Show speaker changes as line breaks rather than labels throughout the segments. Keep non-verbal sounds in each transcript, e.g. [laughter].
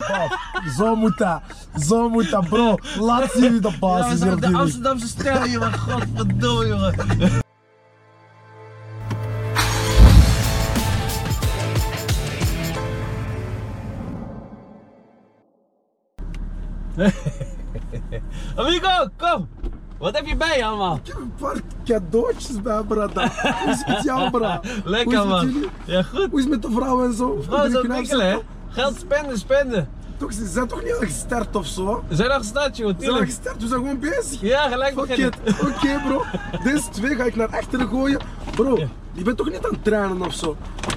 pap. Zo moet dat. Zo moet dat, bro. Laat zien wie de baas is.
Ja,
hier
we zijn op de
niet.
Amsterdamse stijl, jongen. [laughs] Godverdomme, jongen. [laughs] Amigo, kom! Wat heb je bij je allemaal?
Ik heb een paar cadeautjes bij, brada. Hoe is het met jou, bra? Hoe is
[laughs] Lekker
het met
man.
jullie?
Ja goed.
Hoe is het met de vrouw en zo?
Vrouw is
Heb
ook
je een
wikkelen hè.
afzet?
Geld spenden, spenden.
Toch, ze zijn toch niet al gestart of zo?
We zijn al gestart joh,
Ze zijn al
tuurlijk.
gestart, we zijn gewoon bezig.
Ja, gelijk
Fuck
beginnen.
it. Oké, bro. Deze twee ga ik naar achteren gooien. Bro, je bent toch niet aan het trainen of zo?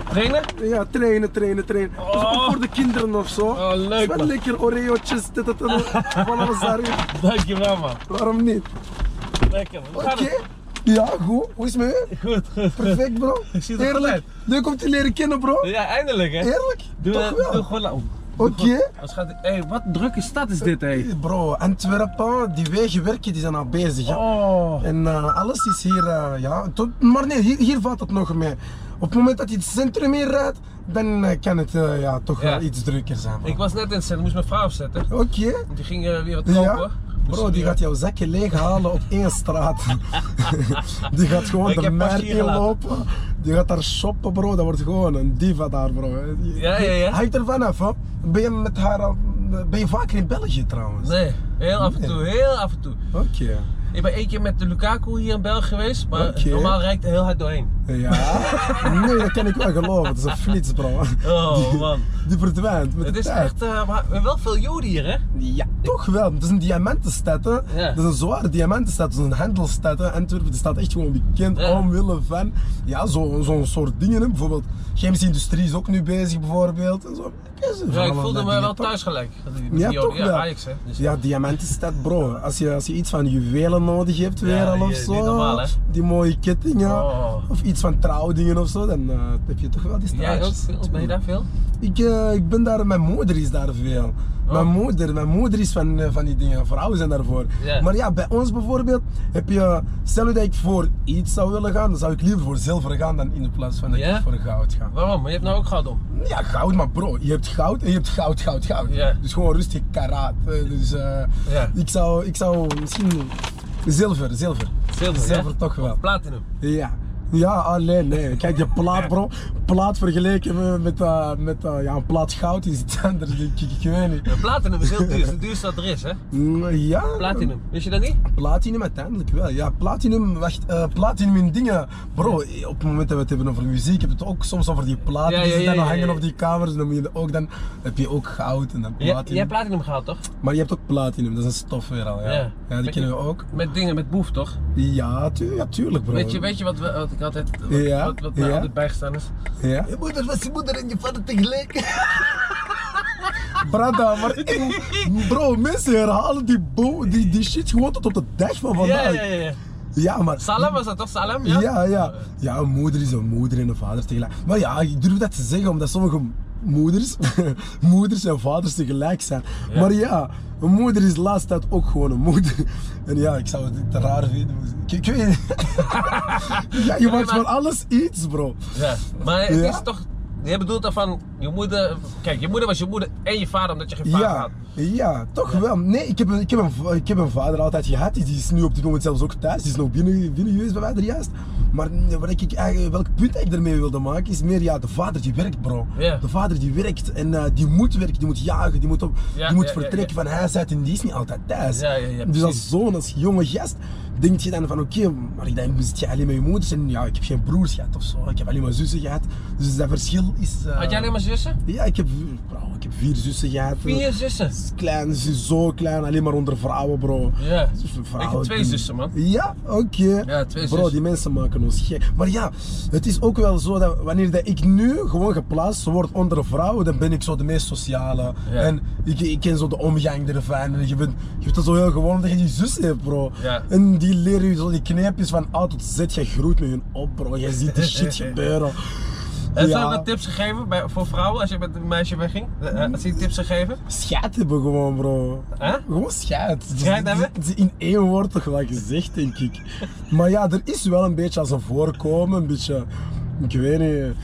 Trainen?
Ja, trainen, trainen, trainen. Dat is ook voor de kinderen of zo.
Oh, leuk,
Het is wel
man.
lekker oreo'tjes, dit, dat, dat, van alles daarin.
Dankjewel man.
Waarom niet?
Lekker. Hoe
Oké.
gaat het?
Ja, goed. Hoe is het met u?
Goed, goed, goed.
Perfect, bro.
[laughs] Ik zie het er goed
Eerlijk.
uit.
Leuk om te leren kennen, bro.
Ja, eindelijk hè.
Eerlijk?
Doe,
Toch
eh,
wel?
doe gewoon lang.
Oké.
Hé, wat een drukke stad is dit, hé.
Bro, Antwerpen, die wegen werken, die zijn al bezig. ja.
Oh.
En eh, alles is hier, eh, ja. tot- maar nee, hier, hier valt het nog mee. Op het moment dat je het centrum in rijdt, dan eh, kan het eh, ja, toch
Ja.
wel iets drukker zijn. bro.
Ik was net in het centrum, moest mijn vrouw afzetten.
Oké.
Die ging eh, weer wat kopen.
Ja.
Dus
Bro, die
weer-
gaat jouw zakje leeghalen op één
[laughs]
straat. die gaat gewoon
Ik
de
heb pas
merk
hier gelaten.
inlopen. Die gaat daar shoppen, bro. Dat wordt gewoon een diva daar, bro.
Ja, ja, ja.
Hangt ervan af, hè. Ben je met haar al- Ben je vaker in België trouwens?
Nee, heel af en toe, heel af en toe.
Oké.
Ik ben één keer met de Lukaku hier in België geweest, maar
Oké.
normaal rijdt hij heel hard doorheen.
Ja. Nee, dat kan ik wel geloven. Het is een flits, bro. [laughs]
Oh man.
Die verdwijnt met
Het
de
is
tijd.
echt, eh, maar wel veel Joden hier, hè?
Ja, toch wel. Het is een diamantenstad, hè.
Ja.
Het is een zware diamantenstad. Het is een handelsstad, hè. Antwerpen die staat echt gewoon bekend
Ja.
omwille van... Ja, zo- zo'n soort dingen, hè. Bijvoorbeeld, chemische industrie is ook nu bezig, bijvoorbeeld. En zo. Ja, ze
Ja, ik
allemaal
voelde
dat
me
dingen,
wel
toch?
thuis gelijk. met die
Ja,
Joden.
toch wel.
Ja, Ajax, hè? Dus-
Ja, diamantenstad, bro. Als je, als je iets van juwelen nodig hebt, weer
Ja,
al of
je-
zo.
niet normaal, hè.
Die mooie kettingen.
Oh.
Of iets van trouwdingen of zo. Dan eh, heb je toch wel die
Jij ook
straatjes.
veel? Ben je daar veel?
Ik, eh, ik ben daar, mijn moeder is daar veel.
Oh.
Mijn, moeder, mijn moeder is van, eh, van die dingen, vrouwen zijn daarvoor.
Ja.
Maar ja, bij ons bijvoorbeeld heb je, stel dat ik voor iets zou willen gaan, dan zou ik liever voor zilver gaan dan in de plaats van dat
Ja?
ik voor goud ga.
Waarom? Maar je hebt nou ook goud om.
Ja, goud, maar bro, je hebt goud en je hebt goud, goud, goud.
Ja.
Dus gewoon rustig karaat. eh, Dus eh,
Ja.
ik, zou, ik zou misschien zilver, zilver.
Zilver, Oh ja?
toch wel.
Platinum.
Ja. Ja, alleen nee. Kijk, je plaat, bro. Plaat vergeleken met, met, eh, met eh, ja, een plaat goud is iets [laughs] anders, denk ik. Ik weet niet.
Ja, platinum is heel duur, is de duurste wat er is, hè?
Mm, Ja.
Platinum, wist je dat niet?
Platinum uiteindelijk wel. Ja, platinum, wacht, eh, platinum in dingen. Bro, eh, op het moment dat we het hebben over muziek, heb je het ook soms over die platen
Ja,
die
ja,
ze
ja,
dan
ja,
hangen
ja.
op die kamers. Dan, moet je ook, dan heb je ook goud en dan
Je,
platinum.
jij hebt platinum gehaald, toch?
Maar je hebt ook platinum, dat is een stof weer al. Ja, ja.
Ja.
die kennen we ook.
Met dingen, met boef, toch?
Ja, tu- ja tuurlijk, bro.
Weet je, weet je wat, we- wat ik altijd, wat,
Ja,
wat, wat mij
ja.
altijd bijgestaan is?
Ja.
Je moeder was je moeder en je vader tegelijk.
[laughs] Brada, maar ik- bro, mensen herhalen die, bo- die, die shit gewoon tot op de dag van vandaag.
Ja, ja, ja, ja.
Ja, maar.
Salam was dat toch, Salam?
Oh, nou. Ja,
Ja?
ja, ja. een moeder is een moeder en een vader tegelijk. Maar ja, ik durf dat te zeggen omdat sommige moeders, [laughs] moeders en vaders tegelijk zijn. Maar ja, een moeder is laatst tijd ook gewoon een moeder. En ja, ik zou het te raar vinden. Ik, ik weet [laughs] het. ja, je maakt
maar-
van alles iets, bro.
Ja. Maar het
Ja.
is toch, je bedoelt dan van, je moeder, kijk, je moeder was je moeder en je vader omdat je geen vader
Ja,
had.
ja, toch wel. Nee, ik heb, een, ik, heb een, va- ik heb een vader altijd gehad. Die is nu op dit moment zelfs ook thuis. Die is nog binnen, binnen geweest bij mij er juist. Maar wat ik, eigenlijk- welk punt ik ermee wilde maken is meer ja, de vader die werkt, bro.
Ja.
De vader die werkt en eh, die moet werken, die moet jagen, die moet, op,
Ja,
die moet
ja, ja,
vertrekken van huis uit en die is niet altijd thuis.
Ja, ja, ja,
dus als
precies.
zoon, als jonge gast, denk je dan van oké, maar dan zit je alleen met je moeders en ja, ik heb geen broers gehad of zo. Ik heb alleen maar zussen gehad. Dus dat verschil is. eh,
Had jij alleen maar zussen?
ja, ik heb, bro, ik heb vier zussen gehad.
Vier zussen.
Klein, ze is zo klein, alleen maar onder vrouwen, bro.
Ja.
Vrouwen
Ik heb twee
die-
zussen, man.
Ja, oké.
Ja, twee
Bro,
zussen.
die mensen maken ons gek. Maar ja, het is ook wel zo dat wanneer dat ik nu gewoon geplaatst word onder vrouwen, dan ben ik zo de meest sociale.
Ja.
En ik, ik ken zo de omgang ervan. En je bent, je bent er zo heel gewoon dat je die zus hebt, bro.
Ja.
En die leren je zo die kneepjes van A tot Z. Je groeit met hun op, bro. Je ziet die
[laughs]
shit gebeuren.
Heb je
Ja.
ook wat tips gegeven bij, voor vrouwen als je met een meisje wegging? Eh, Had ze tips gegeven?
Scheid hebben gewoon, bro.
Huh?
Gewoon scheid.
Scheid hebben?
Het is in één woord toch wel gezegd, denk ik. maar ja, er is wel een beetje als een voorkomen, een beetje... Ik weet niet...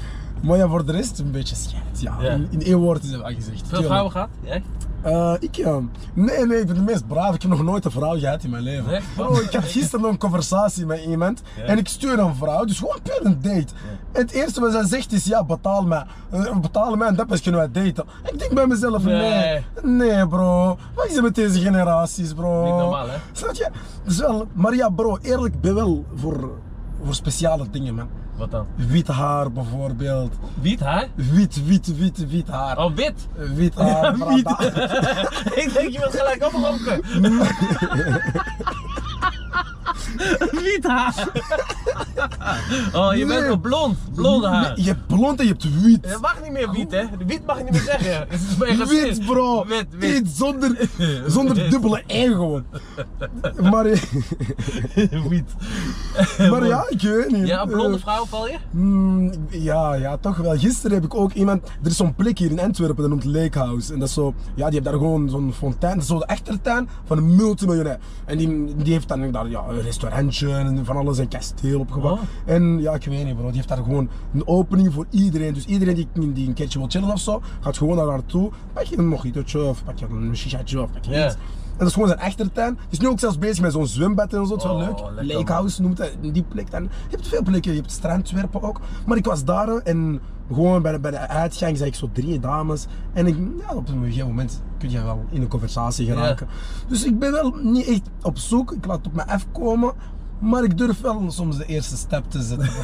Maar ja, voor de rest een beetje schijt. Ja,
Ja.
In, in één woord is het al gezegd.
Veel
tuurlijk.
vrouwen gehad? Jij?
Eh, ik, eh, nee, nee, ik ben de meest braaf. Ik heb nog nooit een vrouw gehad in mijn leven.
Nee?
Bro, ik had gisteren nog een conversatie met iemand
Ja.
en ik stuur een vrouw, dus gewoon puur een date. Het eerste wat zij zegt is, ja, betaal mij. Eh, betaal mij en dat pas kunnen wij daten. Ik denk bij mezelf, nee.
Nee.
Nee, bro. Wat is er met deze generaties, bro?
Niet normaal, hè?
Snap je? Dus wel, maar ja, bro, eerlijk, ik ben wel voor, voor speciale dingen, man.
Wat dan?
Wit haar bijvoorbeeld.
Wiet haar?
Wit, wit, wit, wit haar.
Oh, wit!
Wit haar,
Ja, [laughs] wit.
brada.
[laughs] ik denk je wilt
[laughs]
gelijk oproken. Wiet haar! [laughs] oh, je bent
Nee.
een blond. Blonde haar.
Nee, Je hebt blond en je hebt wit.
Je mag niet meer wiet, hè? De Wiet mag je niet meer
[laughs]
zeggen. Het is bij
Wit, bro.
Wit, wit.
Wit zonder,
[laughs]
zonder dubbele E gewoon. Maar,
[laughs] Wiet.
maar ja, ik weet niet.
Ja, een blonde
Eh,
vrouw val je?
mm, ja, ja, toch wel. Gisteren heb ik ook iemand... Er is zo'n plek hier in Antwerpen, dat noemt Lake House. En dat is zo... Ja, die heeft daar gewoon zo'n fontein. Dat is zo de achtertuin van een multimiljonair. En die, die heeft dan daar ja, een restaurantje en van alles, een kasteel opgebouwd.
Oh.
En ja, ik weet niet bro, die heeft daar gewoon een opening voor iedereen. Dus iedereen die, die een keertje wil chillen of zo, gaat gewoon naar haar toe. Pak je een mojitootje of pak je een shishatje of pak je
Ja.
iets. En dat is gewoon zijn achtertuin. Die is nu ook zelfs bezig met zo'n zwembad en zo, dat is wel
Oh,
leuk.
lekker, man.
Lake House noemt hij die plek. En je hebt veel plekken, je hebt strandwerpen ook. Maar ik was daar en gewoon bij de, bij de uitgang zag ik zo drie dames. En ik, ja, op een gegeven moment kun je wel in een conversatie geraken. Dus ik ben wel niet echt op zoek, ik laat het op me afkomen. Maar ik durf wel soms de eerste stap te zetten.
[laughs]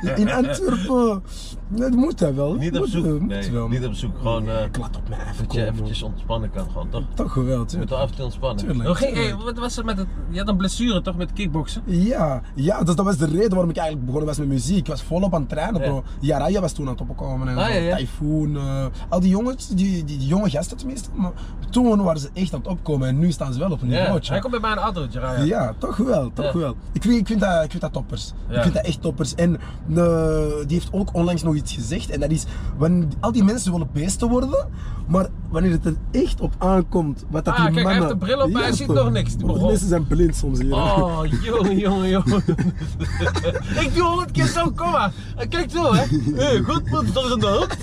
bro. In Antwerpen, dat moet hij wel.
Niet op
Moet,
zoek.
eh, moet
Nee,
wel.
niet op zoek. Gewoon eh,
Ik laat op me
dat je
afkomen.
eventjes ontspannen kan, gewoon toch?
Toch wel,
Je moet
tuurlijk.
wel af en toe ontspannen.
Tuurlijk,
Hoe Oh, ging-
tuurlijk.
hey, wat was het met het. Je had een blessure toch met kickboksen?
Ja, ja dus dat was de reden waarom ik eigenlijk begonnen was met muziek. Ik was volop aan het trainen,
Ja.
bro. Jaraya was toen aan het opkomen. En
Ah,
zo,
ja, ja.
Typhoon. eh, al die jongens, die, die, die jonge gasten tenminste. Maar toen waren ze echt aan het opkomen en nu staan ze wel op een
Ja.
niveautje.
Hij komt bij mij in de auto, Jiraya.
Ja, toch wel, toch
Ja.
wel. Ik vind, ik, vind dat, ik vind dat toppers.
Ja.
Ik vind dat echt toppers. En eh, die heeft ook onlangs nog iets gezegd. En dat is, wanneer, al die mensen willen beesten worden, maar wanneer het er echt op aankomt, wat dat
Ah,
die
kijk, hij
mannen...
heeft een bril op, maar hij ziet
toch.
nog niks, die
Bro,
begon.
mensen zijn blind soms hier.
Oh, jongen, jongen, jongen. [laughs] ik doe honderd keer zo, kom maar. Eh, Kijk zo, hè. Hey, goed, moet toch in de hoofd.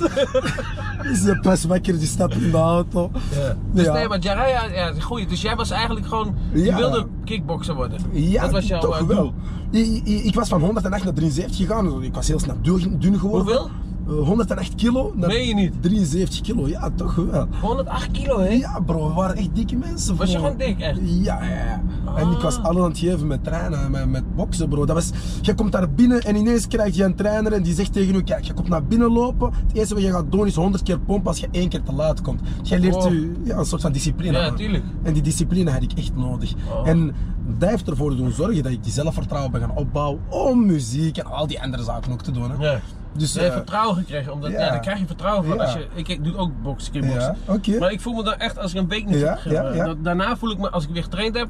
Ze pas wakker, die stapt in de auto.
Dus
Ja.
nee, maar Jiraya, ja, goeie. Dus jij was eigenlijk gewoon. Je
Ja.
wilde kickbokser worden.
Ja,
dat was jouw
toch
eh,
wel.
doel.
I- i- Ik, was van 108 naar 73 gegaan. Dus Ik was heel snel dun, dun geworden.
Hoeveel?
Eh, 108 kilo naar
Meen je niet?
73 kilo. Ja, toch wel.
108 kilo, hè?
Ja bro, we waren echt dikke mensen.
Was je
bro.
gewoon dik, echt?
Ja, ja, ja. En ik was
Ah.
alles aan het geven met trainen, met, met boksen bro. Dat was, je komt daar binnen en ineens krijg je een trainer en die zegt tegen je, kijk, je komt naar binnen lopen. Het eerste wat je gaat doen is 100 keer pompen als je één keer te laat komt. Jij leert
Wow.
je ja, een soort van discipline
Ja,
aan.
tuurlijk.
En die discipline had ik echt nodig.
Oh.
En dat heeft ervoor doen zorgen dat ik die zelfvertrouwen ben gaan opbouwen om muziek en al die andere zaken ook te doen. Hè.
Ja.
Dus
Je hebt
eh,
vertrouwen gekregen, omdat ja.
ja.
daar krijg je vertrouwen van.
Ja.
Als je, ik, ik doe ook boksen, kickboksen.
Ja, oké.
Maar ik voel me dan echt als ik een week niet
Ja,
heb.
ja, ja.
da- Daarna voel ik me, als ik weer getraind heb,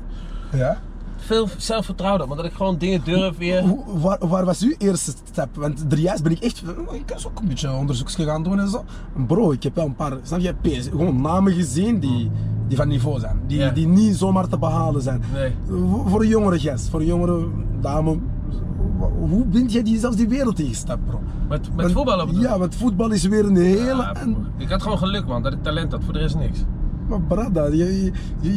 ja.
veel zelfvertrouwder. Omdat ik gewoon dingen durf weer.
Hoe- waar, waar was uw eerste stap? Want drieërs ben ik echt. Ik was ook een beetje onderzoeks gaan doen en zo. Bro, ik heb wel een paar. Snap je? PS, gewoon namen gezien die, die van niveau zijn. Die,
Ja.
die niet zomaar te behalen zijn.
Nee.
Voor- Voor een jongere gast, voor een jongere dame. Hoe bent jij die zelfs die wereld ingestapt, bro?
Met, met
Want-
voetballen bedoel
Ja,
ik.
want voetbal is weer een hele.
Ja,
en-
Ik had gewoon geluk, man, dat ik talent had. Voor de rest niks.
maar brada, je, je,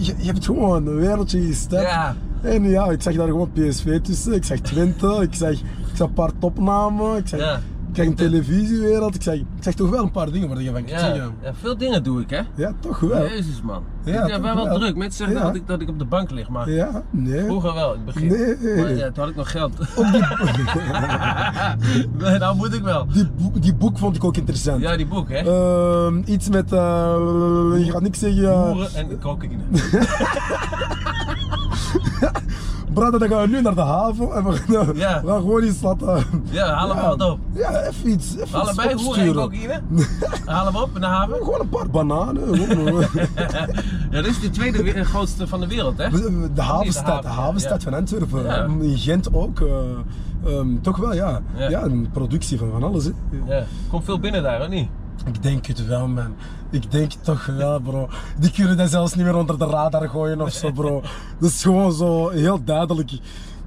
je- je hebt gewoon een wereldje ingestapt.
Ja.
En ja, ik zag daar gewoon PSV tussen. Ik zag Twente, ik zag, ik zag een paar topnamen. Ik zag,
Ja.
ik zag een televisiewereld. Ik zag, ik zag toch wel een paar dingen waar je van kunt
Ja.
zeggen.
ja, veel dingen doe ik, hè.
Ja, toch wel.
Jezus, man.
Ja,
ik ben
toch
wel,
wel.
druk. Mensen zeggen
Ja.
dat, ik, dat ik op de bank lig, maar
Ja, nee.
vroeger wel, in het begin.
Nee.
Maar ja, toen had ik nog geld. [laughs] nee, nou moet ik wel.
Die, [laughs] boek, die boek vond ik ook interessant.
Ja, die boek, hè.
Ehm, iets met, eh, je gaat niks zeggen. eh,
Boeren en cocaïne.
Brada, dan gaan we nu naar de haven en we gaan, eh,
Ja.
we gaan gewoon iets laten.
Ja, haal hem
Ja.
wat op.
Ja, even iets. Even iets
Allebei hoeren en
opsturen.
cocaïne. Haal hem op in de haven.
Gewoon een paar bananen.
[laughs]
gewoon-
Ja, dit is de tweede we- grootste van de wereld, hè?
eh, De havenstad, de
haven,
havenstad
ja.
van Antwerpen. ehm,
Ja.
In Gent ook. eh, ehm, toch wel, ja.
Ja.
ja. een productie van van alles. Hè.
Ja, komt veel binnen daar, of niet?
Ik denk het wel, man. Ik denk het toch wel, bro. Die kunnen dat zelfs niet meer onder de radar gooien of zo,
[laughs]
bro. Dat is gewoon zo heel duidelijk.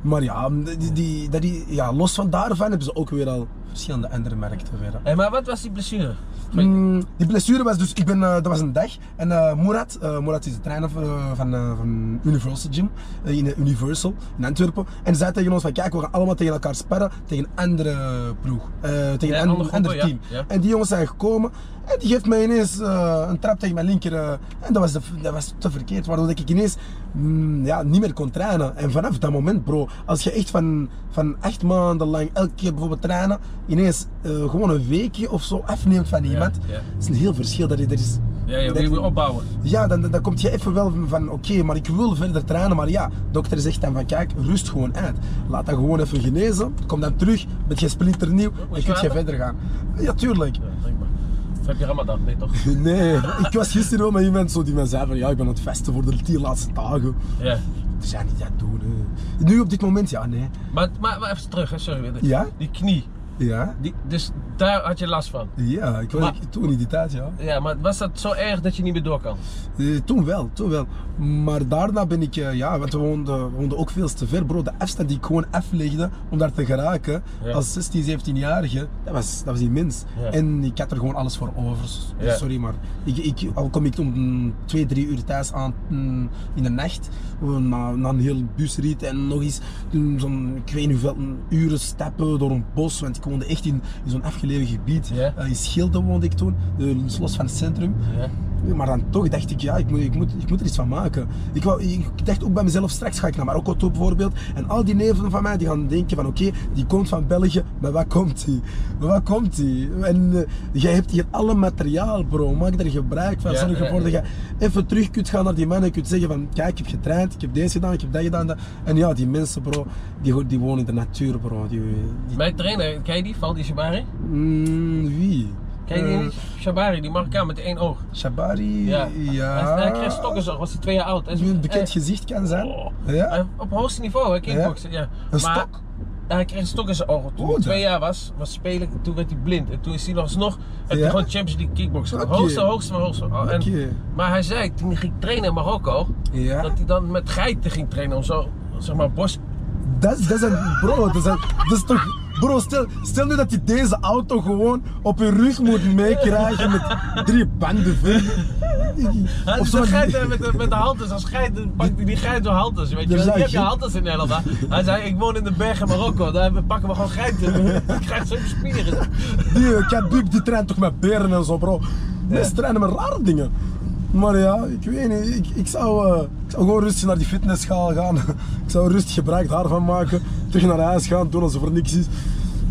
Maar ja, die, die, dat die, ja los van daarvan hebben ze ook weer al verschillende andere merken weer.
Hé, maar wat was die blessure?
Mm, die blessure was dus, ik ben, eh, dat was een dag. En eh Murat, eh, Murat is de trainer van, eh, van, eh, van Universal Gym, eh, in eh, Universal, in Antwerpen. En zei tegen ons van, kijk, we gaan allemaal tegen elkaar sparren, tegen een andere ploeg, eh, tegen
Ja,
een ander,
andere groepen, ja,
team.
ja.
En die jongens zijn gekomen en die geeft mij ineens eh, een trap tegen mijn linker. eh, en dat was, de- dat was te verkeerd, waardoor ik ineens mm, ja, niet meer kon trainen. En vanaf dat moment, bro, als je echt van, van acht maanden lang elke keer bijvoorbeeld trainen, ineens eh, gewoon een weekje of zo afneemt van iemand,
ja.
dat is een heel verschil. Dat, je- dat is,
Ja, je
dat-
wil je opbouwen.
ja, dan, dan, dan kom je even wel van oké, maar ik wil verder trainen. Maar ja, dokter zegt dan van kijk, rust gewoon uit. Laat dat gewoon even genezen. Kom dan terug, ben je splinternieuw en
was
kun je
later?
verder gaan. Ja, tuurlijk.
Ja, denk maar. Of heb je Ramadan? Nee, toch?
Nee, ik was gisteren wel met iemand zo die mij zei van ja, ik ben aan het vesten voor de tien laatste dagen.
Ja.
Ik zei niet dat doen. hè. Nu op dit moment, ja, nee.
Maar, maar, maar even terug, hè, sorry. Wilde.
Ja?
Die knie.
Ja,
Die, dus daar had je last van.
ja ik was
Maar-
ik- toen in die tijd, ja.
Ja, maar was dat zo erg dat je niet meer door kan?
Eh, toen wel, toen wel. Maar daarna ben ik, eh, ja, want we woonden, we woonden ook veel te ver, bro. De afstand die ik gewoon aflegde om daar te geraken,
Ja.
als 16, 17-jarige, dat was, dat was immens.
Ja.
En ik had er gewoon alles voor over. S-
Ja.
Sorry, maar ik, ik, al kom ik om 2, 3 uur thuis aan mm, in de nacht, eh, na, na een heel busrit en nog eens mm, zo'n, ik weet niet hoeveel mm, uren stappen door een bos, want ik woonde echt in, in zo'n afgelegen gebied.
Ja.
Eh, in Schilde woonde ik toen, eh, los van het centrum.
Ja.
Ja, Maar dan toch dacht ik, ja, ik moet, ik moet, ik moet er iets van maken. Ik, wou, ik dacht ook bij mezelf, straks ga ik naar Marokko toe bijvoorbeeld. En al die neven van mij die gaan denken van, oké, die komt van België, maar waar komt die? Maar waar komt die? En eh, jij hebt hier alle materiaal, bro. Maak er gebruik van.
Ja,
Zorg
ja,
ervoor dat
ja.
je even terug kunt gaan naar die mannen. Je kunt zeggen van, kijk, ik heb getraind, ik heb deze gedaan, ik heb dat gedaan. dat. En ja, die mensen, bro, die, ho- die wonen in de natuur, bro. Die, die-
Mijn trainer, ken je die? Valdi Shabari?
Mm, wie?
Ken je die
Eh,
niet? Shabari, die Marokkaan met één oog.
Shabari?
Ja.
Ja.
Hij, hij kreeg stokkenzorg, was hij twee jaar oud. Hij is-
die een bekend
eh,
gezicht kan zijn.
oh.
Ja?
Hij- Op hoogste niveau, hè, kickboksen. Ja.
Een
Maar-
stok? Oh,
Ja, hij kreeg een stok in zijn oog. Toen
Hoe
hij
dan?
twee jaar was, was spelen, toen werd hij blind. En toen is hij nog nog en
Ja?
toen gewoon Champions League kickboksen.
Oké.
Hoogste, hoogste van hoogste. En-
Oké.
Maar hij zei, toen hij ging trainen in Marokko,
Ja.
dat hij dan met geiten ging trainen om zo, zeg maar, bos...
Dat is, dat is een, bro, dat is, een- dat is toch, bro, stel, stel nu dat je deze auto gewoon op je rug moet meekrijgen met drie banden ver.
Ah,
Of
Hij doet
zo-
een geit eh, met, de- met de halters, als geit dan pakt hij die geit door halters, weet je
Er
wel.
zijn
Je hebt je
ge-
halters in Nederland, hè. Hij zei, ik woon in de bergen Marokko, daar hebben- pakken we gewoon geiten. Ik krijg zo'n spieren.
Die eh, Kabib die traint toch met beren en zo, bro. Mensen trainen met rare dingen. Maar ja, ik weet niet, ik, ik, zou, eh, ik zou gewoon rustig naar die fitnessschaal gaan. [laughs] Ik zou rustig gebruik daarvan maken, terug naar huis gaan, doen alsof er niks is.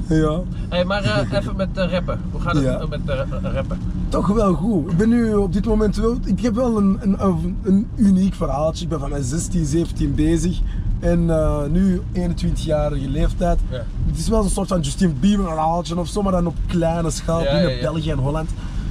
Ja.
Hé, maar eh, even met eh, rappen. Hoe gaat het
Ja.
met eh, rappen?
Toch wel goed. Ik ben nu op dit moment wel. Ik heb wel een, een, een- een uniek verhaaltje. Ik ben van mijn 16, 17 bezig. En eh, nu 21-jarige leeftijd.
Ja.
Het is wel een soort van Justin Bieber verhaaltje of zo, maar dan op kleine schaal
Ja,
binnen
ja, ja.
België en Holland.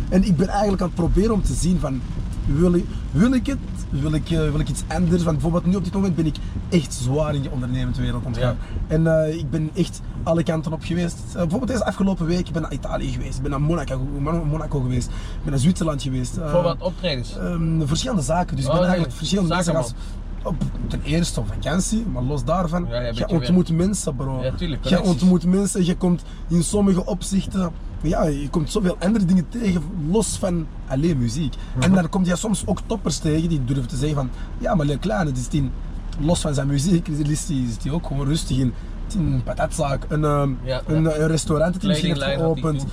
En ik ben eigenlijk aan het proberen om te zien van wil ik, wil ik het? Wil ik, eh, wil ik iets anders? Want bijvoorbeeld nu op dit moment ben ik echt zwaar in die ondernemende wereld aan het gaan. En eh, ik ben echt alle kanten op geweest. Eh, bijvoorbeeld deze afgelopen week ik ben naar Italië geweest, ik ben naar Monaco, Monaco geweest, ik ben naar Zwitserland geweest. Eh,
Voor wat optredens?
ehm, verschillende zaken. Dus ik
Oh,
ben
nee.
eigenlijk verschillende mensen gaan.
Zakenman.
Op, ten eerste op vakantie, maar los daarvan.
Ja, ja,
je
beetje
ontmoet mensen, bro.
Ja, tuurlijk,
je
connecties.
ontmoet mensen, je komt in sommige opzichten. Ja, je komt zoveel andere dingen tegen, los van alleen muziek.
Mhm.
En dan kom je soms ook toppers tegen die durven te zeggen van... Ja, maar Lil Kleine, die is tien, los van zijn muziek, is die, is die ook gewoon rustig in. Een patatzaak, een, ehm,
Ja,
een,
ja.
eh, restaurant dat hij misschien heeft
Kledinglijn had die
geopend,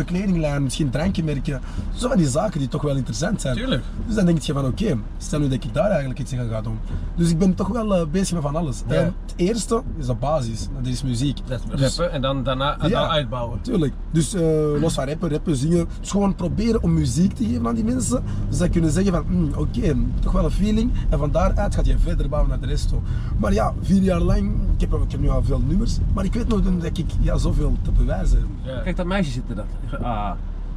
eh, kledinglijn, misschien drankjemerken. Zo van die zaken die toch wel interessant zijn.
Tuurlijk.
Dus dan denk je van oké, stel nu dat ik daar eigenlijk iets in ga doen. Dus ik ben toch wel eh, bezig met van alles.
Ja.
Eh, het eerste is de basis, dat is muziek.
Dat
Dus-
rappen en dan daarna en
Ja.
dan uitbouwen.
Tuurlijk. Dus eh, los van rappen, rappen, zingen. Dus gewoon proberen om muziek te geven aan die mensen. Dus dat kunnen zeggen van, "Hmm, oké, toch wel een feeling. En van daaruit gaat je verder bouwen naar de rest toe. Maar ja, vier jaar lang, ik heb, ik heb nu al veel nummers. Maar ik weet nog dat ik ja, zoveel te bewijzen heb.
Ja. Kijk, dat meisje zit er dat. Ah,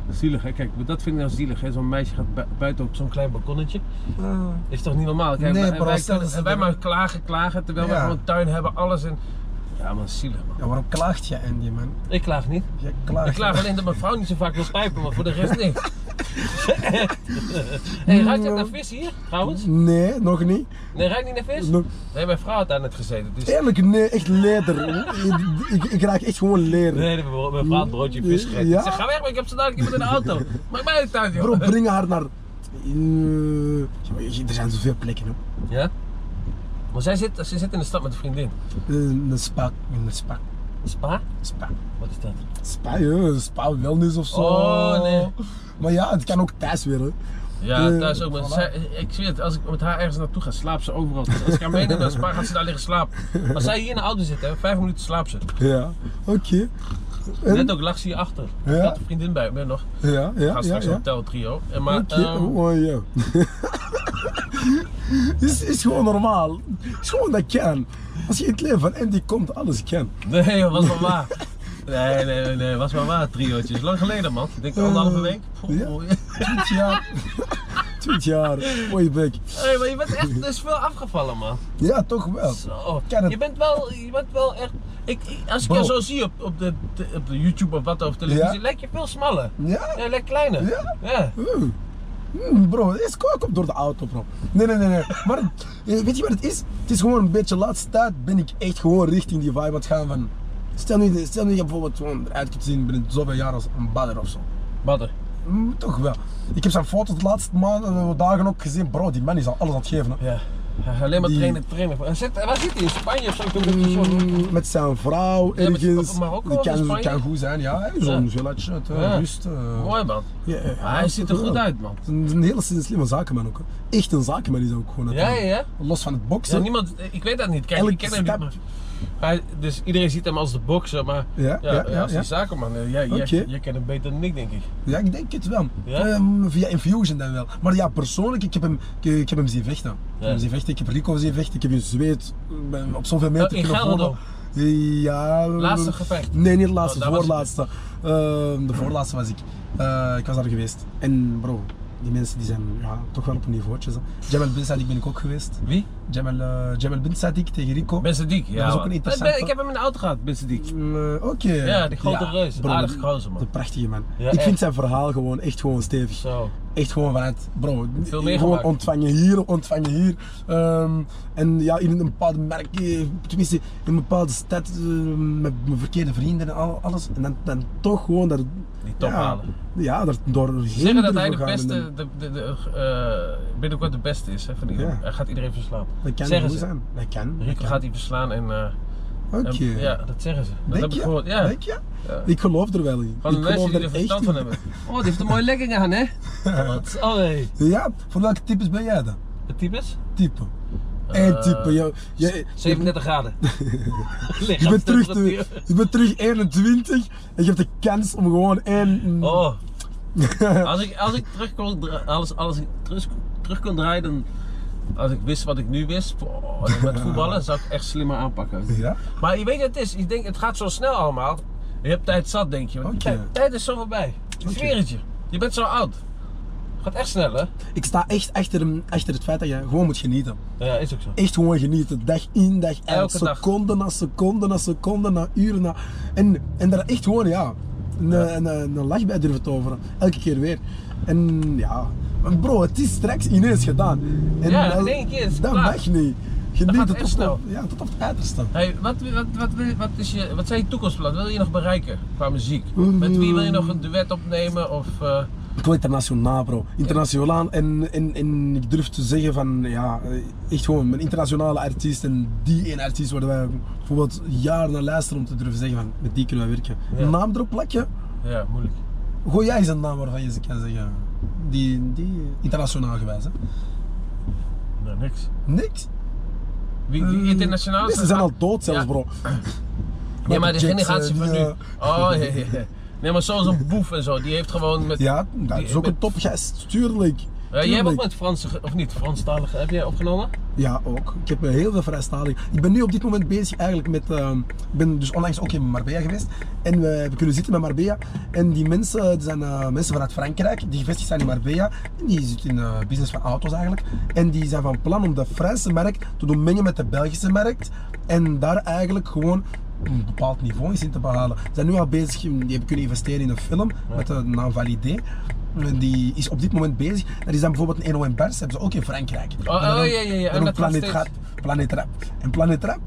zielig hè. Kijk, maar dat vind ik nou zielig hè. Zo'n meisje gaat bu- buiten op zo'n klein balkonnetje.
Eh,
Is toch niet normaal? Kijk,
Nee,
maar- en
bro,
wij,
stel
kunnen-
dat
en
ze
wij
er-
maar klagen, klagen, terwijl wij
Ja.
gewoon tuin hebben, alles en... Ja man, zielig man.
ja, waarom klaagt je Andy man?
Ik klaag niet.
Je klaagt. [laughs]
Ik klaag alleen dat mijn vrouw niet [laughs] zo vaak wil pijpen, maar voor de rest niks. Hé, hey, ruikt het naar vis hier, trouwens?
Nee, nog niet.
Nee, ruikt niet naar vis?
Nog-
Nee, mijn vrouw had daar net gezeten. Dus...
Eerlijk, nee, echt leder. ik, ik, ik raak echt gewoon leder.
Nee, mijn vrouw mijn vrouw had broodje vis gegeten.
Ja?
Ik zeg, ga weg, maar ik heb zo dadelijk iemand in de
[laughs]
auto. Maak mij uit thuis, joh.
Bro, breng haar naar... Eh, ja, maar je- er zijn zoveel plekken, hè.
Ja? Maar zij zit, ze zit in de stad met een vriendin.
Eh, Een spa, een spa,
Spa?
spa.
Wat is dat?
Spa, ja, spa wellness of zo.
Oh, nee.
Maar ja, het kan ook thuis weer, hè.
Ja,
Eh,
thuis ook. Maar
voilà.
zij- ik zweer het, als ik met haar ergens naartoe ga, slaapt ze overal. Dus als ik haar meeneem naar Spa, gaat ze daar liggen slapen. Als zij hier in de auto zit, hè, vijf minuten slaapt ze.
Ja, oké. En?
Net ook lag ze hier achter.
Ja.
Ik had een vriendin bij me nog. Ik
Ja, ja,
ga
ja.
straks
ja.
hotel trio. En maar,
Oké,
ehm,
oh ja. [laughs] is, is gewoon normaal. Is gewoon dat kan. Als je in het leven van Andy komt, alles kan.
ehm, nee, joh, was maar waar. Nee, nee, nee, nee, was maar waar, triootjes. Lang geleden, man. Ik denk anderhalve week. Poeh,
Eh, ja.
oei.
20 jaar. 20 jaar. Mooi bek.
Hey, maar je bent echt dus veel afgevallen, man.
Ja, toch wel.
Zo.
Ken het.
Je bent wel, je bent wel echt. Ik, ik- als ik
Bro.
jou zo zie op, op, de, te- op de YouTube of wat of televisie,
Ja.
lijk je veel smaller.
Ja?
Ja, lijk kleiner.
Ja?
ja.
Oeh. Hmm, Bro, het is kook op door de auto, bro. Nee, nee, nee, nee. Maar eh, weet je wat het is? Het is gewoon een beetje laatst tijd ben ik echt gewoon richting die vibe aan het gaan van... Stel nu, stel nu je bijvoorbeeld gewoon eruit kunt zien binnen zoveel jaar als een badder of zo.
Badder.
Mm, toch wel. Ik heb zijn foto's de laatste maanden, eh, dagen ook gezien. Bro, die man is al alles aan het geven. hè.
Ja. Hij is Alleen maar
Die-
trainen, trainen. En zit, waar zit hij? In Spanje of zo? Ik weet het niet zo.
Mm, Met zijn vrouw
Hmm. Ja, met-
ergens.
op Marokko
Die
of in
kan,
Spanje?
kan goed zijn, ja. hè. Zo'n village, het, eh,
Ja.
rust. eh.
Mooi man.
Ja, ja,
Maar hij
ja,
ziet er
toch
goed
wel.
uit, man.
Het is Een, een hele slimme zakenman ook. hè. Echt een zakenman is hij ook gewoon.
Ja, ja,
natuurlijk.
ja.
Los van het
Ja,
boksen.
niemand, ik weet dat niet. Kijk,
Elke
ik ken hem
stap.
niet. Maar, hij, dus iedereen ziet hem als de bokser, maar
Ja, ja, ja,
als die
ja.
zakenman. eh, Jij, jij,
Oké.
jij kent hem beter dan ik, denk ik.
Ja, ik denk het wel.
Ja?
Ehm, via Infusion dan wel. Maar ja, persoonlijk, ik heb hem, ik, ik heb hem zien vechten. Ik
Ja.
heb hem zien vechten, ik heb Rico zien vechten, ik heb in zweet eh, op zoveel meter
in
kunnen
Gelderdoom?
Eh, Ja.
Laatste gevecht?
Nee, niet het laatste,
Oh,
de
daar was
voorlaatste. Ehm, de voorlaatste was ik. Eh, ik was daar geweest. En bro, die mensen die zijn ja, toch wel op een niveautje. hè. Jamal Bin Sadik ben ik ook geweest.
Wie?
Jamal, eh, Jamal Bin Sadik tegen Rico.
Ben Sadiq. Ja,
Dat is ook
man.
een
Ik ben-
interessante.
Ik heb hem in de auto gehad, Ben Sadiq.
Mm, Oké.
Ja, die grote reus.
bro,
Aardige
die-
gozer, man.
De prachtige man.
Ja,
ik
echt.
vind zijn verhaal gewoon echt gewoon stevig.
Zo.
Echt gewoon vanuit, bro,
Veel
gewoon
meegemaakt.
ontvangen hier, ontvangen hier. Ehm, en ja, in een bepaalde merk, eh, tenminste in een bepaalde stad, eh, met mijn verkeerde vrienden en al, alles. En dan, dan toch gewoon daar...
Die top
ja,
halen.
Ja, daar doorheen
Zeggen dat hij de
doorgaan en
beste,
dan-
de, de, de, eh, binnenkort de beste is hè, van iedereen.
Ja.
Hij gaat iedereen verslaan.
Dat kan
zeggen
goed
ze.
zijn. Dat kan. dat
Rico
kan.
gaat hij verslaan en... eh,
Oké.
en- Ja, dat zeggen ze. Dat
Denk
heb ik
je?
gehoord. Ja.
Denk je?
Ja.
Ik geloof er wel in.
Van de
ik
mensen
geloof
die
echt
er verstand
in.
van hebben. Oh, die heeft een mooie legging aan,
[laughs]
hè? Wat? Oh, hey.
Ja, voor welke types ben jij dan?
Het type is?
Type.
Eh,
Eén type. Je, je, [laughs]
37 graden.
Je bent, terug te- je bent terug 21 en je hebt de kans om gewoon één. [laughs]
Oh. Als ik, als ik terug kon, dra- als, als ik terug, terug kon draaien, dan... Als ik wist wat ik nu wist, oh, met voetballen, zou ik echt slimmer aanpakken.
Ja?
Maar je weet wat het is, ik denk, het gaat zo snel allemaal. Je hebt tijd zat, denk je. want
Oké.
Tijd, tijd is zo voorbij. Ik zweer het je. Je bent zo oud. Gaat echt snel, hè?
Ik sta echt achter, hem- achter het feit dat je gewoon moet genieten.
Ja, is ook zo.
Echt gewoon genieten. Dag in, dag uit.
Elke dag.
seconde na seconde na seconde na uren. Na... En, en daar echt gewoon, ja, een, een, een, een lach bij durven toveren. Elke keer weer. En ja, maar bro, het is straks ineens gedaan. En
Ja,
dat-
in één keer is het
Dat
klaar.
mag niet. Geniet
gaat
het
echt
tot, op-
snel.
ja, tot op het uiterste.
Hey, wat, wat, wat, wil- wat, is je, wat zijn je toekomstplannen? Wat wil je nog bereiken qua muziek? Met wie wil je nog een duet opnemen? Of, eh,
Ik wil internationaal, bro. Internationaal. En, en, en ik durf te zeggen van, ja, eh, echt gewoon mijn internationale artiest en die één artiest waar wij bijvoorbeeld jaren naar luisteren om te durven zeggen van, met die kunnen wij werken.
Ja.
Naam erop plakken.
ja, moeilijk.
Gooi jij eens een naam waarvan je ze kan zeggen. Die, die eh, internationaal gewijs, hè?
Nou, niks.
Niks.
Wie, die internationaal?
Nee, ze zijn al dood zelfs,
Ja.
bro.
Ja, maar
Michael
de
Jackson,
generatie van nu.
die, eh,
Oh, ja, ja, ja. Nee, maar zoals een boef en zo, die heeft gewoon met...
Ja, nou, dat
Die-
is ook
met-
een topgast, tuurlijk.
Eh, jij hebt ook
Tuurlijk.
met Franse, ge- of niet, Franstalige, heb jij opgenomen?
Ja, ook. Ik heb eh, heel veel vrijstalig. Ik ben nu op dit moment bezig eigenlijk met. ehm, ik ben dus onlangs ook in Marbella geweest. En eh, we hebben kunnen zitten met Marbella. En die mensen, dat zijn eh, mensen vanuit Frankrijk, die gevestigd zijn in Marbella. En die zitten in de business van auto's eigenlijk. En die zijn van plan om de Franse markt te doen mengen met de Belgische markt. En daar eigenlijk gewoon een bepaald hm, niveau is in te behalen. Ze zijn nu al bezig, die hebben kunnen investeren in een film met de naam Validé. die is op dit moment bezig. Er is dan bijvoorbeeld een NO in Bers, hebben ze ook in Frankrijk.
Oh,
En dan-
oh, ja, ja, ja. En
dan
dat gaat
Planet
steeds-
Rap, Planet Rap. En Planet Rap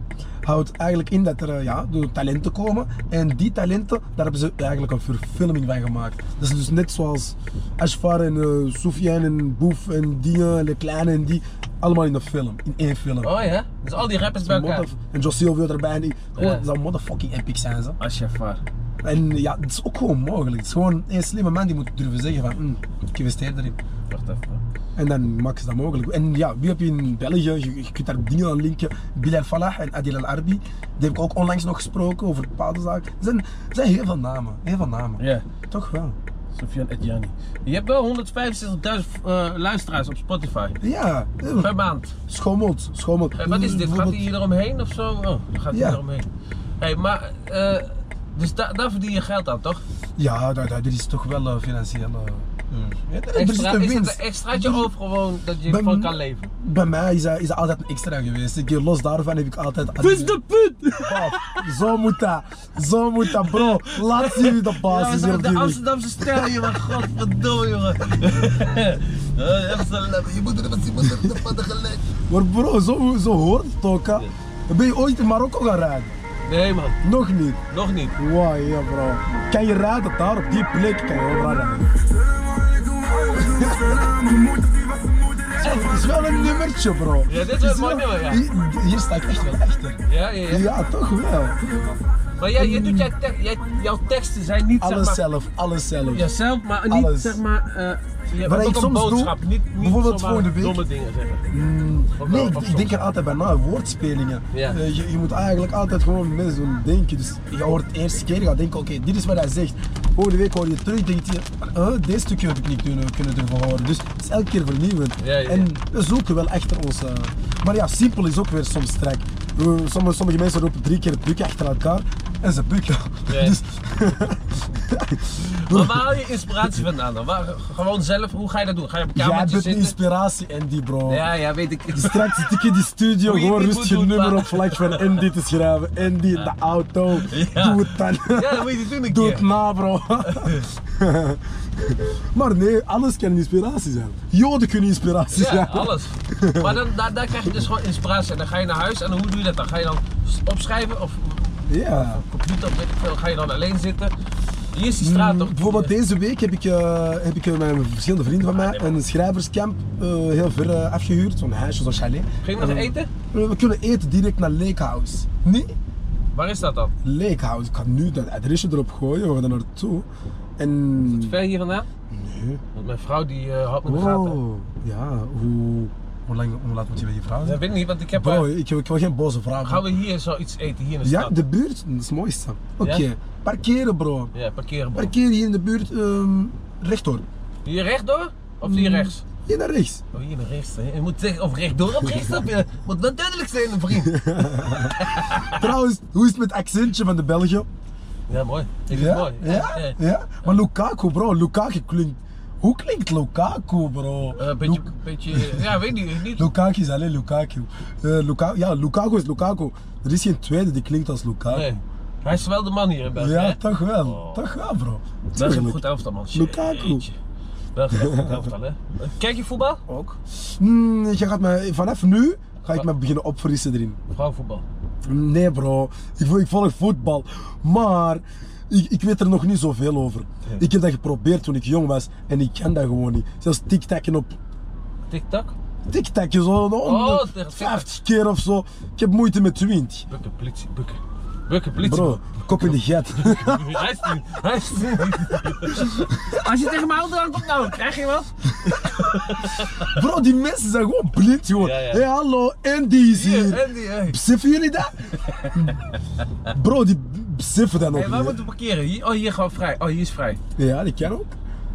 houdt eigenlijk in dat er eh, ja, door talenten komen. En die talenten, daar hebben ze eigenlijk een verfilming van gemaakt. Dat is dus net zoals Ashfar en eh Soufiane en Boef en die eh, Le Kleine en die. Allemaal in een film, in één film.
Oh ja? Dus al die rappers bij
Een
elkaar.
motherf- en Jos Silvio erbij. En die, gewoon,
Ja.
Dat zou motherfucking epic zijn. Zo.
Ashafar.
En ja, het is ook gewoon mogelijk. Het is gewoon een slimme man die moet durven zeggen van, "Mm, ik investeer erin.
Wacht even.
En dan maken ze dat mogelijk. En ja, wie heb je in België? Je, je kunt daar dingen aan linken. Bilal Falah en Adil Al-Arbi. Die heb ik ook onlangs nog gesproken over bepaalde zaken. Er zijn, er zijn heel veel namen. Heel veel namen.
Ja.
Toch wel.
Sofian Edjani. Je hebt wel 165.000 eh, luisteraars op Spotify.
Ja,
Per maand.
schommelt. schommelt.
Eh, wat is dit? Gaat hij eromheen of zo? Oh, gaat hij
Ja.
eromheen? Hé, hey, maar. eh, dus da- daar verdien je geld aan, toch?
Ja, daar, daar, er is toch wel eh, financieel... eh, ja, er is
Hmm. Extra,
een
is het
winst.
een extraatje of gewoon dat je
Bij
van
m-
kan leven?
Bij mij is dat, is dat altijd een extra geweest. Ik, eh, los daarvan heb ik altijd...
put!
Pap, Zo moet dat. Zo moet dat, bro. Laat zien wie de baas
Ja,
is hier op
de
die weg.
Amsterdamse stijl, jongen.
[laughs]
Godverdomme, jongen. [laughs] Eh, Amsterdam, je moet er wat je moet er wat er gelijk.
Maar bro, zo, zo hoort het ook. hè. Ben je ooit in Marokko gaan rijden?
Nee, man.
Nog niet.
Nog niet.
Wow, ja bro. Kan je rijden daar op die plek? Kan je overal [laughs] rijden. Het is wel een nummertje, bro.
dit is
Het
wel een mooi nummer, ja.
Hier, hier sta ik echt wel achter.
Ja, ja, ja.
Ja, toch wel.
Maar jij, jij doet jij te- jij- jouw teksten zijn niet
Alles
zeg maar,
zelf, alles zelf.
jezelf, maar niet
Alles.
zeg maar. eh je hebt
Wat ik
ook een
soms doe,
boodschap, niet, niet
bijvoorbeeld
zomaar
volgende week. Mm,
domme dingen zeggen. Of
Nee,
wel,
ik,
of
ik
soms.
denk er altijd bij na, woordspelingen.
Ja.
Eh, je, je moet eigenlijk altijd gewoon mensen doen denken. Dus je hoort de eerste keer, je gaat denken, oké, dit is wat hij zegt. Volgende week hoor je terug, denk je, eh, dit stukje heb ik niet kunnen, kunnen durven horen. Dus het is elke keer vernieuwend.
Ja, ja, ja.
En we zoeken wel achter ons. eh. Maar ja, simpel is ook weer soms strak. Eh, sommige, sommige mensen roepen drie keer buk achter elkaar en ze bukken.
Ja.
[laughs] Dus,
Maar waar haal je inspiratie vandaan dan? Waar, gewoon zelf, hoe ga je dat doen? Ga je op een
jij bent
kamertje
de
zitten?
inspiratie, Andy, bro.
Ja, ja, weet
[laughs]
ik.
Straks zit ik in die studio,
Hoe je
gewoon
die
rustig
moet
je
doen,
nummer
maar-
op vlak van Andy te schrijven. Andy in de auto.
Ja.
Doe het dan.
Ja, dat moet je doen een
Doe het
keer.
na, bro. maar nee, alles kan inspiratie zijn. Joden kunnen inspiratie
[laughs] Ja,
zijn.
alles. Maar dan, daar, daar krijg je dus gewoon inspiratie. En dan ga je naar huis en hoe doe je dat dan? Ga je dan opschrijven of
Ja.
computer of weet ik veel, ga je dan alleen zitten? Hier is die straat
Mm,
toch?
Bijvoorbeeld deze week heb ik, eh, heb ik eh, met verschillende vrienden van mij
nee, man.
een schrijverscamp eh, heel ver eh, afgehuurd. Zo'n huisje, zo'n chalet.
Ging je nog
En, eh,
eten?
We kunnen eten direct naar Lake House. Nee?
Waar is dat dan?
Lake House. Ik ga nu dat adresje erop gooien. We gaan er naartoe. En...
Ver hier vandaan?
Nee.
Want mijn vrouw die eh, houdt me in de gaten.
Oh, ja. Hoe, hoe, lang, hoe laat moet je bij je vrouw
Dat
zijn?
weet ik niet, want ik heb...
Bro,
eh,
ik, ik wil geen boze vragen.
gaan we hier zoiets eten, hier in de
Ja,
stad?
de buurt, dat is het mooiste. Oké,
Ja?
parkeren bro.
Ja, parkeren. bro.
Parkeer hier in de buurt ehm rechtdoor.
Hier rechtdoor? Of
Mm.
hier rechts?
Hier naar rechts.
Oh, hier naar rechts. hè. Je moet zeggen of rechtdoor
[laughs]
of rechtsaf. Je moet wel duidelijk zijn, vriend.
Trouwens, hoe is het met het accentje van de Belgen?
Ja, mooi. Ik vind
Ja?
het mooi.
Ja?
Eh, eh,
ja? Maar Lukaku bro, Lukaku klinkt... Hoe klinkt Lukaku bro?
eh, beetje,
Lu-
beetje, ja, weet niet, niet.
Lukaku is alleen Lukaku. Eh, Luka- ja, Lukaku is Lukaku. Er is geen tweede die klinkt als Lukaku.
Nee. Hij is wel de man hier in België.
Ja,
hè?
toch wel.
Oh.
Toch wel bro.
België heeft een
Tuurlijk.
goed elftal, man.
Lukaku.
Jeetje. België heeft
[laughs]
een goed elftal, hè. Kijk je voetbal?
Ook. Mm, je gaat me, vanaf nu ga ik me beginnen opfrissen erin.
Vrouwenvoetbal.
Nee bro, ik, vo- ik volg voetbal. Maar ik, ik weet er nog niet zoveel over. Ik heb dat geprobeerd toen ik jong was en ik kan dat gewoon niet. Zelfs tiktakken op
Tik-tak?
tiktakje zo om de
Oh, tegen-
50 keer of zo. Ik heb moeite met 20.
Bukken, politie, bukken. Bukken, politie.
Bro, kop in de gat.
Hij is niet. Hij is [laughs] niet. Als je tegen mij houdt, dan komt nou, krijg je wat?
[laughs] Bro, die mensen zijn gewoon blind gewoon.
Ja, ja.
Hé hey, hallo, Andy is
Hier,
hier.
Andy, hey.
Beseffen jullie
[laughs]
dat? Bro, die beseffen dat nog
Hey, waar
niet.
moeten we parkeren? Hier? Oh, hier gewoon vrij. Oh, hier is vrij.
hè. Ja, die kan ook.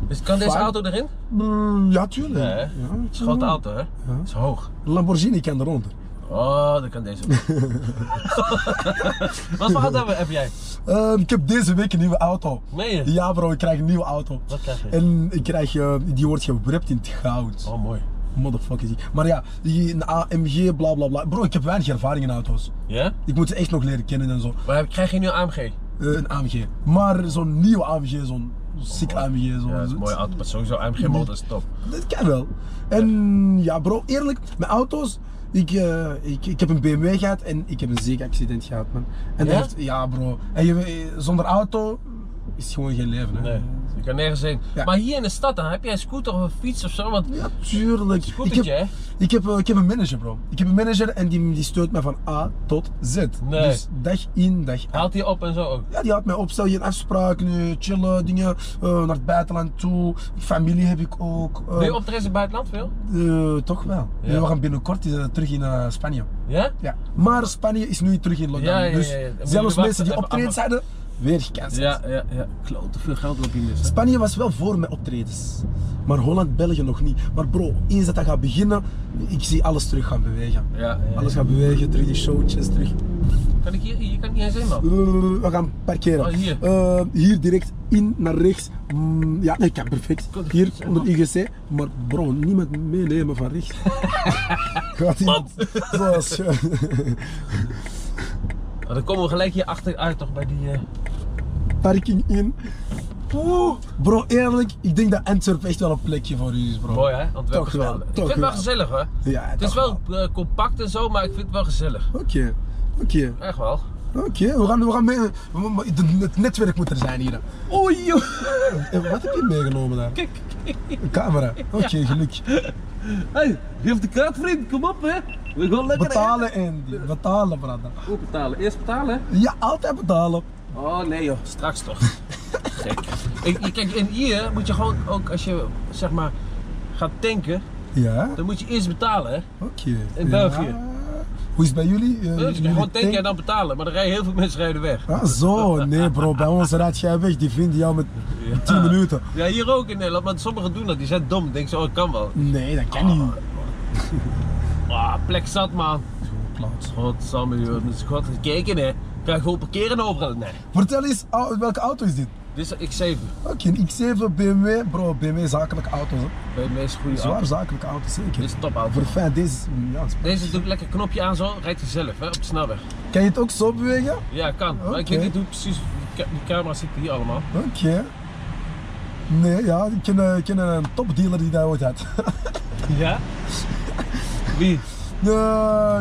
Dus kan deze
Vaak-
auto erin?
Mm, ja, tuurlijk.
Nee, hè?
Ja,
Het is een grote auto, hè? Het is hoog.
Lamborghini kan eronder.
Oh, dan
[laughs]
kan deze. Wat voor auto hebben- heb jij?
Ehm, ik heb deze week een nieuwe auto.
Meen je?
Ja bro, ik krijg een nieuwe auto.
Wat krijg je?
En ik krijg, eh, die wordt gewrapt in het goud.
Oh, mooi.
Motherfucker. Maar ja, die- een AMG, bla bla bla. Bro, ik heb weinig ervaring in auto's.
Ja?
Ik moet ze echt nog leren kennen en zo.
Maar heb- krijg je nu een AMG?
Eh, een AMG. Maar zo'n nieuwe AMG, zo'n Ziek AMG. Zo.
Oh, Ja, dat is mooi auto, maar sowieso AMG motor is top.
Dat kan wel. En ja, bro, eerlijk, mijn auto's. Ik, eh, ik, ik heb een BMW gehad en ik heb een zeekaccident gehad, man. En
Ja?
dat heeft, ja, bro. En je, zonder auto is gewoon geen leven, hè?
Nee, je kan nergens heen.
Ja.
Maar hier in de stad, dan heb jij een scooter of een fiets of zo, want
Ja, tuurlijk. Ik
Scootertje,
heb, ik, heb, eh, ik heb een manager, bro. Ik heb een manager en die, die steunt me van A tot Z.
Nee.
Dus dag in, dag uit.
haalt hij op en zo ook.
Ja, die had mij op, stel je een afspraak nu, chillen, dingen, eh, naar het buitenland toe. Familie heb ik ook. eh,
Doe je optredens in het buitenland veel?
eh, toch wel.
Ja.
We gaan binnenkort eh, terug in eh, Spanje.
Ja?
Ja. Maar Spanje is nu terug in lockdown.
Ja, ja, ja, ja.
Dus
Dan moet je
zelfs
wachten,
mensen die
even
optredens hadden, weer gecanceld.
Ja, ja, ja. Klote veel geld op in dus.
Spanje was wel voor mijn optredens. Maar Holland, België nog niet. Maar bro, eens dat dat gaat beginnen, ik zie alles terug gaan bewegen.
Ja,
Alles gaat bewegen, terug die showtjes, terug. Eh,
Kan ik hier, hier kan ik niet eens heen, man.
We gaan parkeren.
Oh, hier.
Eh, hier direct in naar rechts. Mm, ja, ik kan perfect.
Kan ik
Hier
iets
onder IGC. Maar bro, niemand meenemen van
[laughs]
rechts. gaat iemand. Zoals.
Oh, dan komen we gelijk hier achteruit, toch, bij die... eh,
parking in. Oeh, bro, eerlijk, ik denk dat Antwerpen echt wel een plekje voor u is, bro.
Mooi, hè? Antwerpen
Toch wel,
stijl.
toch
Ik vind het wel
wel.
gezellig, hoor.
Ja,
Het is
toch
wel eh, compact en zo, maar ik vind het wel gezellig.
Oké, oké.
Echt wel.
Oké, we gaan, we gaan mee. we- we- de- Het netwerk moet er zijn hier. Oei, joh. Eh, Wat heb je meegenomen daar?
Kijk,
Een camera. Oké, geluk.
hey, geef de kaart, vriend. Kom op, hè. We gaan lekker
Betalen, Andy. Betalen, brada.
Goed betalen. Eerst betalen.
Ja, altijd betalen.
Oh nee joh, straks [laughs] toch. Gek. Ik- ik- Kijk, en hier moet je gewoon ook als je zeg maar gaat tanken,
Ja,
dan moet je eerst betalen. hè.
oké. Ja.
In België.
Hoe is het bij jullie? Eh,
Dus je
jullie
kan gewoon tanken en
tank-
dan betalen, maar dan rijden heel veel mensen rijden weg.
Ah, zo. Nee, bro. Bij ons raad jij weg. Die vinden jou met 10 minuten.
Ja, hier ook in Nederland, maar sommigen doen dat. Die zijn dom. Denken ze, oh, ik kan wel.
Nee, dat kan niet.
Ah, plek zat man.
Klopt.
Godsamme joh, moet ik gewoon gaan kijken hè. Kan je gewoon parkeren overal? Nee.
Vertel eens, au- welke auto is dit?
Dit is een X7.
Oké, een X7 BMW. Bro, BMW zakelijke auto's. hè.
Bij de meest goede
Zwaar
auto.
zakelijke auto's,
Dit
zeker.
is een topauto.
Voor fijn, deze is... Ja, is-
Deze doet lekker knopje aan zo, rijdt hij zelf hè, op de snelweg.
Kan je het ook zo bewegen?
Ja, kan. Maar ik
Oké.
weet niet hoe precies die, ca- die camera's zitten hier allemaal.
Oké. Nee, ja, ik ken, eh, ik ken een topdealer die dat ooit had. [laughs]
Ja? Wie?
Eh,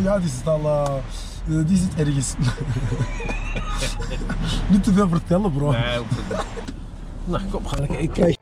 ja, die zit al. eh, eh, die zit ergens. [laughs] Niet te veel vertellen, bro.
Nee, hoeft het niet. Nou, kom, ga lekker eten.
Kijk.